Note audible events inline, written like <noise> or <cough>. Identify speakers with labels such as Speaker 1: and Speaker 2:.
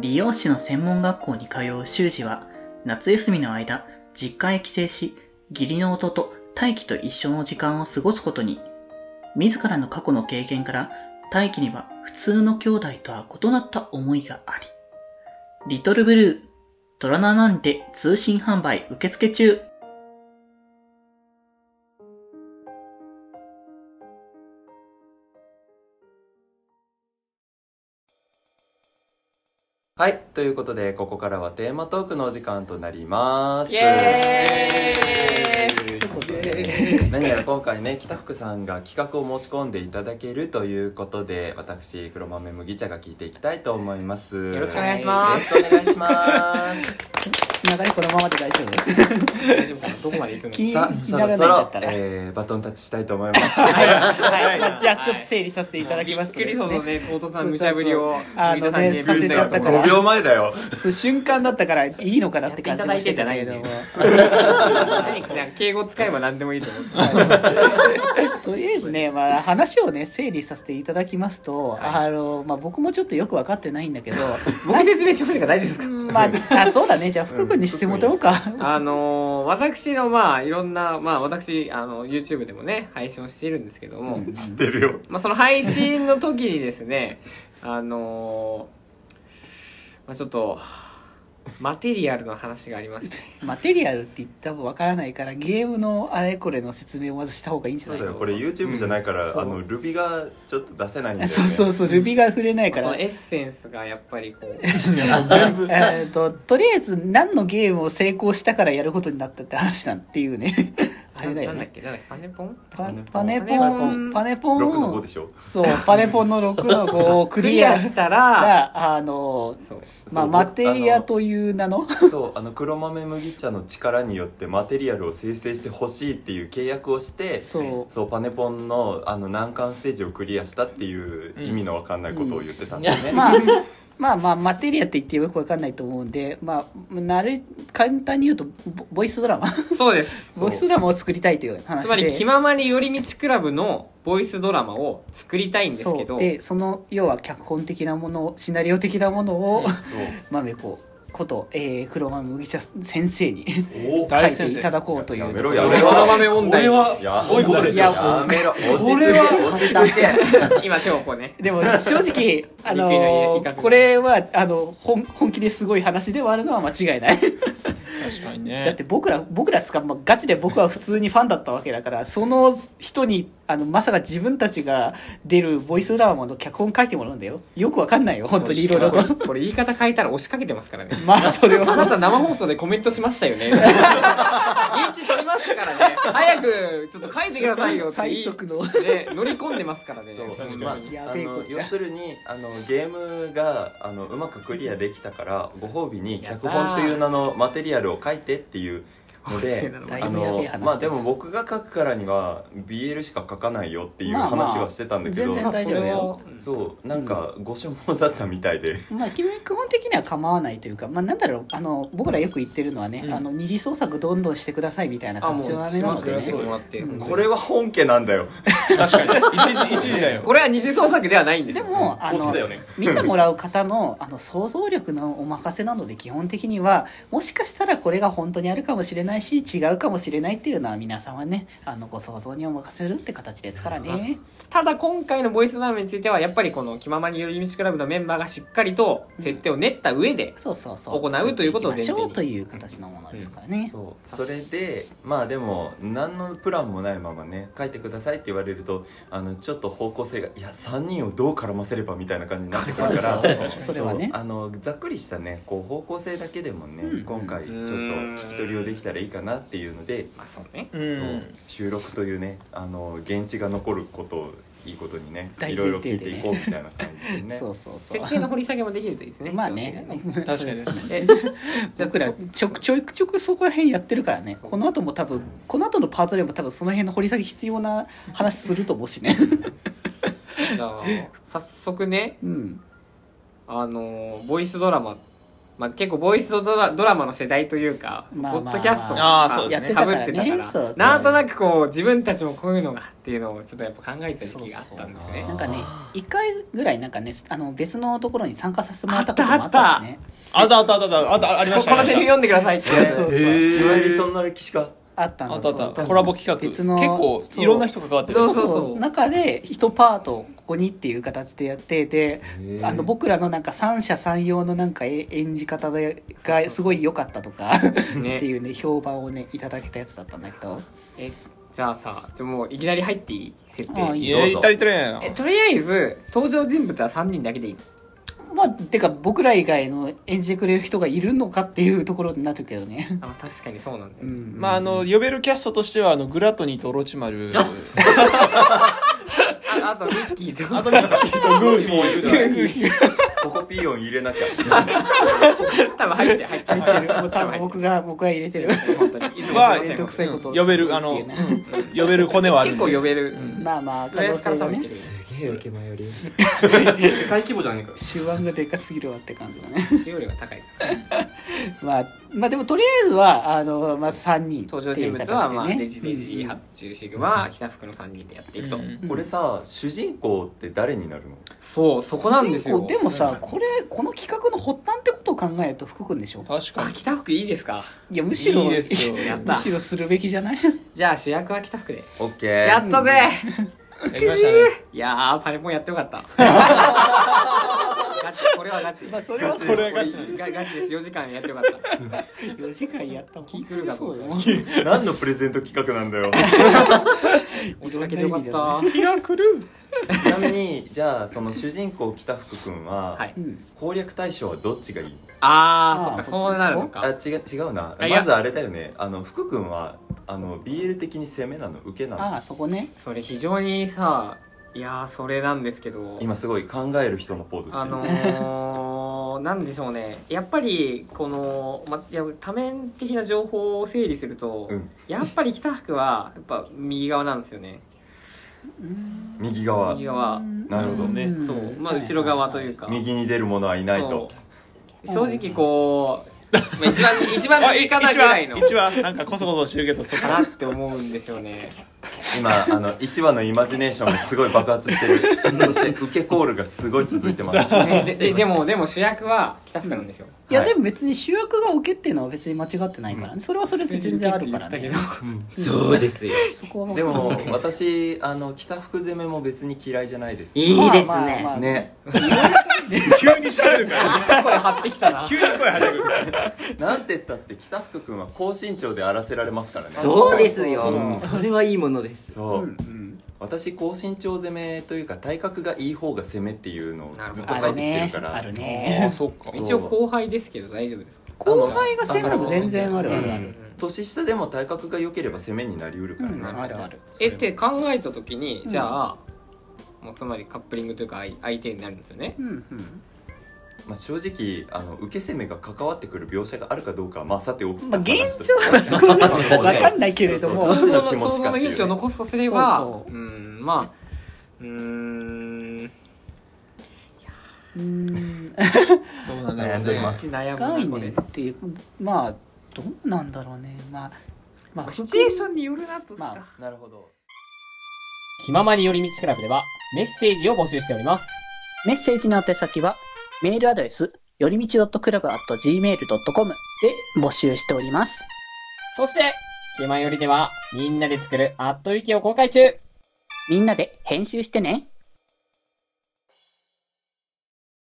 Speaker 1: 理容師の専門学校に通う修士は、夏休みの間、実家へ帰省し、義理の弟、大輝と一緒の時間を過ごすことに、自らの過去の経験から、大輝には普通の兄弟とは異なった思いがあり、リトルブルー、トラナナにて通信販売受付中。
Speaker 2: はい、ということで、ここからはテーマトークのお時間となります。
Speaker 3: イエ
Speaker 2: ということで何やら今回ね、北福さんが企画を持ち込んでいただけるということで、私、黒豆麦茶が聞いていきたいと思います。よ
Speaker 3: ろしくお
Speaker 2: よ
Speaker 3: 願いします。
Speaker 2: ろしくお願いし
Speaker 4: <laughs>
Speaker 2: ます。
Speaker 4: 流れこのままで大丈夫
Speaker 3: 大丈夫かなどこまで行くの
Speaker 4: 気にな
Speaker 2: さ
Speaker 4: らな
Speaker 2: あ、
Speaker 4: いん
Speaker 2: そろそ
Speaker 4: だ
Speaker 2: ろ
Speaker 4: っ、たら、
Speaker 2: えー、バトンタッチしたいと思います。<laughs>
Speaker 4: <laughs> はい、はいまあじゃあちょっと整理させていただき
Speaker 3: び
Speaker 4: ま
Speaker 3: っ
Speaker 4: すと
Speaker 3: くり
Speaker 4: です
Speaker 3: そのね、
Speaker 4: ね
Speaker 3: 唐突な無茶ぶりを、
Speaker 4: あ
Speaker 3: 麦
Speaker 4: のね
Speaker 3: 茶さんにね
Speaker 4: させちゃったから
Speaker 2: 5秒前だよ。 <laughs>
Speaker 4: そう瞬間だったからいいのかなって感じましたけれど
Speaker 3: やっ
Speaker 4: も
Speaker 3: て、なんか敬語使えば何でもいいと思って。
Speaker 4: とりあえずね、まあ、話をね整理させていただきますと、
Speaker 3: は
Speaker 4: あのまあ、僕もちょっとよく分かってないんだ <laughs> けど
Speaker 3: 僕説明しますが大丈夫ですか
Speaker 4: まああそうだねじゃあ福君にしてもらおうか、 <laughs>
Speaker 3: あのー、私のまあいろんな、まあ私、あの、YouTube でもね、配信をしているんですけども、
Speaker 2: 知ってるよ。
Speaker 3: まあその配信の時にですね、あのー、まあちょっと、マテリアルの話がありま
Speaker 4: <laughs>
Speaker 3: して。
Speaker 4: マテリアルって言った分からないからゲームのあれこれの説明をまずした方がいいんじゃ
Speaker 2: そう
Speaker 4: ない
Speaker 2: だよ、これ YouTube じゃないから、
Speaker 4: うんそう
Speaker 2: あの、ルビがちょっと出せないんだよ、ね。
Speaker 4: そうそうそう、ルビが触れない
Speaker 3: ま
Speaker 4: か
Speaker 3: あそ
Speaker 4: ら
Speaker 3: の。エッセンスがやっぱりこう、
Speaker 4: えっと、とりあえず何のゲームを成功したからやることになったって話なんていうね。あれだよ
Speaker 3: なんだっ
Speaker 4: ね。
Speaker 3: けなんだっけパネポン
Speaker 4: パパ
Speaker 2: パ
Speaker 4: ネ
Speaker 2: ネ
Speaker 4: ポ
Speaker 3: ポ
Speaker 4: ン、
Speaker 3: ン
Speaker 4: パネポン
Speaker 2: 6の5
Speaker 4: を
Speaker 2: で、しょ。
Speaker 4: そう、パネポンの6の5をク
Speaker 3: ク
Speaker 4: リ
Speaker 3: リ
Speaker 4: ア
Speaker 3: アし
Speaker 4: し
Speaker 3: たら、
Speaker 4: たら、あの、
Speaker 3: そう。
Speaker 4: まあ、
Speaker 2: そう
Speaker 4: マテリアという名の、
Speaker 2: <laughs> そうあの黒豆麦茶の力によってマテリアルを生成してほしいっていう契約をして
Speaker 4: そ
Speaker 2: そうパネポンのあの難関ステージをクリアしたっていう意味のわかんないことを言ってたんだよね、
Speaker 4: う、まあ、まあまあ、マテリアって言ってよくわかんないと思うんで、まあ、なる、簡単に言うと、ボボイスドラマ
Speaker 3: そうです。
Speaker 2: そう
Speaker 4: ボイスドラマを作りたいという話で。
Speaker 3: つまり、気ままに寄り道クラブのボイスドラマを作りたいんですけ
Speaker 4: そ
Speaker 3: ど
Speaker 4: う、でその要は脚本的なものシナリオ的なものを豆子こと、えー、黒豆麦茶先生に書
Speaker 2: そうお
Speaker 5: 大
Speaker 4: い
Speaker 5: 先
Speaker 4: て
Speaker 5: 生
Speaker 4: いただこうという
Speaker 2: や
Speaker 4: と
Speaker 2: め
Speaker 4: こ
Speaker 2: ろ
Speaker 4: ろ
Speaker 2: やめろ
Speaker 3: 黒豆問題
Speaker 5: これは
Speaker 2: や
Speaker 5: すごいことですよ
Speaker 4: い
Speaker 2: やめろ落ち着
Speaker 5: こ
Speaker 2: け
Speaker 5: れは
Speaker 2: 落ち着け
Speaker 3: 今手をこうね。
Speaker 4: でも正
Speaker 5: <laughs>
Speaker 4: 直あ
Speaker 3: びっくりの
Speaker 4: の
Speaker 3: 威嚇
Speaker 4: これはあの本本気ですごい話ではあるのは間違いない
Speaker 5: 確かにね
Speaker 4: だって僕ら僕らつか、まあ、ガチで僕は普通にファンだったわけだからその人にあのまさか自分たちが出るボイスドラマの脚本書いてもらうんだよよくわかんないよ本当にいろいろ
Speaker 3: これ
Speaker 4: と
Speaker 3: これ言い方変えたら押しかけてますからね。
Speaker 4: まあそれは
Speaker 3: あなた生放送でコメントしましたよね。リンチ取りましたからね。早く、ちょっと書いてくださいよって言
Speaker 4: 最
Speaker 3: い、
Speaker 4: 速の
Speaker 3: ね、乗り込んでますからね。
Speaker 2: そう
Speaker 3: ほん
Speaker 2: ま
Speaker 3: まに
Speaker 2: あ、
Speaker 4: や
Speaker 2: あ
Speaker 4: べえこ
Speaker 2: の
Speaker 4: っちゃ
Speaker 2: 要するにあのゲームがあのうまくクリアできたからご褒美に脚本という名のマテリアルを書いてっていうの
Speaker 3: そう
Speaker 2: で
Speaker 3: なの
Speaker 4: だ
Speaker 2: あ
Speaker 4: いぶやべえ
Speaker 2: の
Speaker 4: 話です
Speaker 2: まあでも僕が書くからには BL しか書かないよっていう
Speaker 4: まあまあ
Speaker 2: 話はしてたんだけど、
Speaker 4: 全然大丈夫だよ
Speaker 2: そうなんかご所望だったみたいで、
Speaker 4: まあ、基本的には構わないというか、まあ、なんだろうあの僕らよく言ってるのはね、
Speaker 3: うん
Speaker 4: あの二次創作どんどんしてくださいみたいな
Speaker 3: あ、も
Speaker 4: 感
Speaker 3: う、
Speaker 4: じ
Speaker 3: し
Speaker 4: の
Speaker 3: ま
Speaker 4: あ
Speaker 3: す
Speaker 4: れなので
Speaker 3: よ、
Speaker 4: ね
Speaker 3: してもらって。
Speaker 4: うん
Speaker 2: これは本家なんだよ
Speaker 5: 確かに一時一時だよ
Speaker 3: これは二次創作ではないんです
Speaker 4: で
Speaker 3: よ。
Speaker 4: も、あ
Speaker 5: 公式
Speaker 4: の
Speaker 5: だよね
Speaker 4: 見てもらう方のあの想像力のお任せなので基本的にはもしかしたらこれが本当にあるかもしれないし違うかもしれないっていうのは皆さんはねあのご想像にお任せするって形ですからね。
Speaker 3: ただ今回のボイスドラマについてはやっぱりこの「気ままに寄り道クラブ」のメンバーがしっかりと設定を練った上で、
Speaker 4: そうそうそう
Speaker 3: 行うということを前提に
Speaker 4: 作っていきましょうという形のものですからね。
Speaker 2: そうそれでまあでも何のプランもないままね書いてくださいって言われるとあのちょっと方向性がいや3人をどう絡ませればみたいな感じになってく
Speaker 4: そう
Speaker 2: る
Speaker 4: そ
Speaker 2: から
Speaker 4: うそうそれはね
Speaker 2: そうあのざっくりしたねこう方向性だけでもね、
Speaker 4: うん
Speaker 2: 今回ちょっと聞き取りをできたらいいかなっていうので、
Speaker 3: まあそうね
Speaker 5: う
Speaker 2: そう収録というねあの現地が残ることをいいことにね
Speaker 4: 大
Speaker 2: い
Speaker 4: 前
Speaker 2: ろいろ
Speaker 4: 提
Speaker 2: 聞い
Speaker 4: でね
Speaker 2: ていこうみたいな感じでね
Speaker 4: そうそうそう
Speaker 3: 設定の掘り下げもできるといいですね
Speaker 4: まあね
Speaker 5: 確かに確かに
Speaker 3: えじゃあ
Speaker 4: 僕らちょちょいちょくそこら辺やってるからねこの後も多分この後のパートでも多分その辺の掘り下げ必要な話すると思うしね
Speaker 3: じゃあ早速ね
Speaker 4: うん
Speaker 3: あのボイスドラマ、ままあ、結構ボイスとドラドラマの世代というか、
Speaker 4: まあまあ
Speaker 3: ポッドキャストも
Speaker 5: あーそう
Speaker 3: やっ
Speaker 5: です
Speaker 3: て
Speaker 5: ね
Speaker 3: たから,、ね、
Speaker 4: やってたからねそうそう
Speaker 3: なんとなくこう自分たちもこういうのがっていうのをちょっとやっぱ考えた時期があったんですね
Speaker 4: なんかね1回ぐらいなんかねあの別のところに参加させてもらったこともあったしね
Speaker 5: あったあったあったあったありまし
Speaker 3: こ
Speaker 5: た
Speaker 3: このセリフ読んでくださいって
Speaker 4: そうそうそう
Speaker 2: い
Speaker 5: へ
Speaker 2: わゆ
Speaker 5: え
Speaker 2: るそんな歴史か
Speaker 4: あった
Speaker 5: あ
Speaker 4: の
Speaker 5: ったあっ
Speaker 4: そ
Speaker 5: た
Speaker 4: う
Speaker 5: コラボ企画
Speaker 4: 別
Speaker 5: 結
Speaker 4: の
Speaker 5: 構
Speaker 4: そう
Speaker 5: いろんな人が関わってる
Speaker 4: そう
Speaker 3: そ
Speaker 4: そう
Speaker 3: う
Speaker 4: そ
Speaker 3: そうそう
Speaker 4: う中で1パートここにっていう形でやってて
Speaker 2: へー
Speaker 4: あの僕らのなんか三者三様のなんかえ演じ方でがすごい良かったとか
Speaker 3: ね
Speaker 4: っていうね評判をねいただけたやつだったんだけど
Speaker 3: えじゃあさちょもういきなり入っていい設
Speaker 4: あ
Speaker 3: 定
Speaker 4: いい
Speaker 5: い
Speaker 4: よ
Speaker 5: やいったりとりあ
Speaker 3: え
Speaker 5: えず
Speaker 3: とりあえず登場人物は3人だけでいい
Speaker 4: まあてか僕ら以外の演じてくれる人がいるのかっていうところになってるけどね、
Speaker 3: あ確かにそうなんだ
Speaker 4: う
Speaker 3: よ、ね
Speaker 4: ん
Speaker 5: まああの呼べるキャストとしてはあのグラトニーとオロチマル
Speaker 3: ああとミッキー
Speaker 4: <laughs>
Speaker 3: と
Speaker 5: あとミッキーとグーフ
Speaker 2: もうい
Speaker 5: ィ
Speaker 2: る
Speaker 5: ー
Speaker 2: <laughs> ここピーヨン入れなきゃ
Speaker 3: 多分入って入って
Speaker 4: 入ってるもう多
Speaker 3: 多分
Speaker 4: 分
Speaker 3: 入って
Speaker 4: 僕
Speaker 3: る
Speaker 4: が僕が入れてる
Speaker 3: 本当にいつも
Speaker 4: <laughs>
Speaker 5: は
Speaker 3: すいません
Speaker 4: 面倒くさいことを
Speaker 5: 呼べるあの呼べる骨はあるん
Speaker 3: 結
Speaker 5: で
Speaker 3: 構呼べる、
Speaker 5: うん
Speaker 4: まあまあ
Speaker 3: と
Speaker 4: 可
Speaker 3: りあえ
Speaker 4: 能
Speaker 3: ずから
Speaker 4: 性が
Speaker 3: 食べて
Speaker 4: ね
Speaker 3: る
Speaker 2: すげえ受け迷り世界規模じゃねえか
Speaker 4: 手腕がでかすぎるわって感じだね
Speaker 3: 使用量が高いから
Speaker 4: まあまあでもとりあえずはあの、まあ、3人
Speaker 3: 登場人物は、まあ、
Speaker 4: っていう形で
Speaker 3: デ
Speaker 4: ね
Speaker 3: ジデジ、ハッチューシグマ、北福の3人でやっていくと、
Speaker 5: うん
Speaker 2: これさ主人公って誰になるの
Speaker 3: そうそこなんですよ
Speaker 4: でもさこれこの企画の発端ってことを考えると福君でしょ
Speaker 5: 確か
Speaker 3: あ
Speaker 5: に
Speaker 3: 北福いいですか
Speaker 4: い <laughs> やむしろ
Speaker 5: いいですよ
Speaker 3: やった
Speaker 4: むしろするべきじゃ <laughs> ない
Speaker 3: じゃあ主役は北福で
Speaker 2: オッケ
Speaker 3: や
Speaker 2: ー
Speaker 3: ったぜ
Speaker 5: やりましたね
Speaker 3: いやーパイモンやってよかったガチこれはガチ
Speaker 4: それは
Speaker 5: これが
Speaker 3: ガガチです4時間やってよかった
Speaker 4: 4時間やったもん
Speaker 3: 気狂うかと
Speaker 4: そうだ
Speaker 3: 思
Speaker 4: よ
Speaker 2: 何のプレゼント企画なんだよ <laughs>
Speaker 3: 押しかけてよかっ
Speaker 4: いろんな
Speaker 3: た、
Speaker 5: 気が狂う
Speaker 2: ちなみにじゃあその主人公北福君は、
Speaker 3: はい
Speaker 4: うん
Speaker 2: 攻略対象はどっちがいい
Speaker 3: あー
Speaker 4: あー
Speaker 3: そっかそうなるの
Speaker 2: あ
Speaker 3: か
Speaker 2: 違う違うな
Speaker 3: あいや
Speaker 2: まずあれだよねあの福君はあの BL 的に攻めなの受けな
Speaker 4: あ
Speaker 2: の
Speaker 4: あそこね
Speaker 3: それ非常にさいやーそれなんですけど
Speaker 2: 今すごい考える人のポーズしてる、
Speaker 3: あのー、なんでしょうねやっぱりこの、ま、いや多面的な情報を整理すると、
Speaker 2: うん
Speaker 3: やっぱり北福はやっぱ右側なんですよね
Speaker 4: うん
Speaker 2: 右側
Speaker 3: 右側
Speaker 2: なるほど
Speaker 5: ね
Speaker 4: ん
Speaker 3: そうまあ後ろ側というか
Speaker 2: 右に出る者はいない
Speaker 3: そ
Speaker 2: と
Speaker 3: う正直こう、まあ、一番一番
Speaker 5: あい
Speaker 3: 身
Speaker 5: 一
Speaker 3: 近なぐらいの
Speaker 5: 話一話なんかこそこそしてるけどそこ
Speaker 3: かなって思うんですよね
Speaker 2: 今あの1話のイマジネーションがすごい爆発してるそして受けコールがすごい続いてます
Speaker 3: ででででもでも主役は北福なんですよ、
Speaker 4: いや、
Speaker 2: はい
Speaker 4: でも別に主役が受けっていうのは別に間違ってないからね、それはそれで全然あるからね
Speaker 3: だ
Speaker 6: そうですよ。
Speaker 4: そこは
Speaker 2: でも私あの北福攻めも別に嫌いじゃないです
Speaker 6: いいですね。
Speaker 4: まあまあまあ
Speaker 2: ね
Speaker 5: 急にしゃべるから
Speaker 3: けど声張ってきたな
Speaker 5: 急に声張ってくるから
Speaker 2: なんて言ったって北福君は高身長で荒らせられますからね
Speaker 6: そうです
Speaker 4: う
Speaker 6: よ。
Speaker 4: ん
Speaker 6: それはいいものです。
Speaker 2: そう、
Speaker 4: うん
Speaker 2: 私高身長攻めというか体格がいい方が攻めっていうのを
Speaker 3: なるほ
Speaker 2: ず
Speaker 3: ど
Speaker 2: っと
Speaker 4: あ
Speaker 2: 書い
Speaker 4: る
Speaker 2: てきてる
Speaker 4: ね
Speaker 2: から
Speaker 4: あるね
Speaker 5: そっか
Speaker 2: そう
Speaker 3: 一応後輩ですけど大丈夫ですか
Speaker 4: 後輩が戦力全然あるあるあ
Speaker 3: うん
Speaker 4: る
Speaker 2: 年下でも体格が良ければ攻めになりうるか
Speaker 4: う
Speaker 2: ら
Speaker 4: ん
Speaker 2: ね、
Speaker 4: あるある
Speaker 3: えって考えた時に
Speaker 4: うん
Speaker 3: じゃあ、もうつまりカップリングというか相相手になるんですよね
Speaker 4: うんうん
Speaker 2: まあ、正直あの受け攻めが関わってくる描写があるかどうかはまあさておき
Speaker 4: まあ現状はそこは分かんないけれども
Speaker 2: そうそう
Speaker 3: 想
Speaker 2: どっちの
Speaker 3: 像の
Speaker 2: 気持
Speaker 3: 想
Speaker 2: ち
Speaker 3: 像
Speaker 2: かっ
Speaker 3: の
Speaker 2: ていうね
Speaker 3: 余地を残すとすれば
Speaker 4: そうそ
Speaker 3: んまあうーん
Speaker 4: うん
Speaker 5: どうなんだろ
Speaker 2: 悩
Speaker 5: うん
Speaker 2: でおり
Speaker 5: ね
Speaker 2: ます
Speaker 3: 悩
Speaker 4: 概
Speaker 3: むなこ
Speaker 4: 念
Speaker 3: れ
Speaker 4: っていうまあどうなんだろうねまあまあ
Speaker 3: シチュエーションによるなとし
Speaker 4: ま
Speaker 3: た
Speaker 4: あ
Speaker 2: <laughs> なるほど
Speaker 7: 気ままに寄り道クラブではメッセージを募集しております。
Speaker 1: メッセージの宛先は、メールアドレス、よりみち .club.gmail.com で募集しております。
Speaker 7: そして、気まよりではみんなで作るあっという間を公開中
Speaker 1: みんなで編集してね。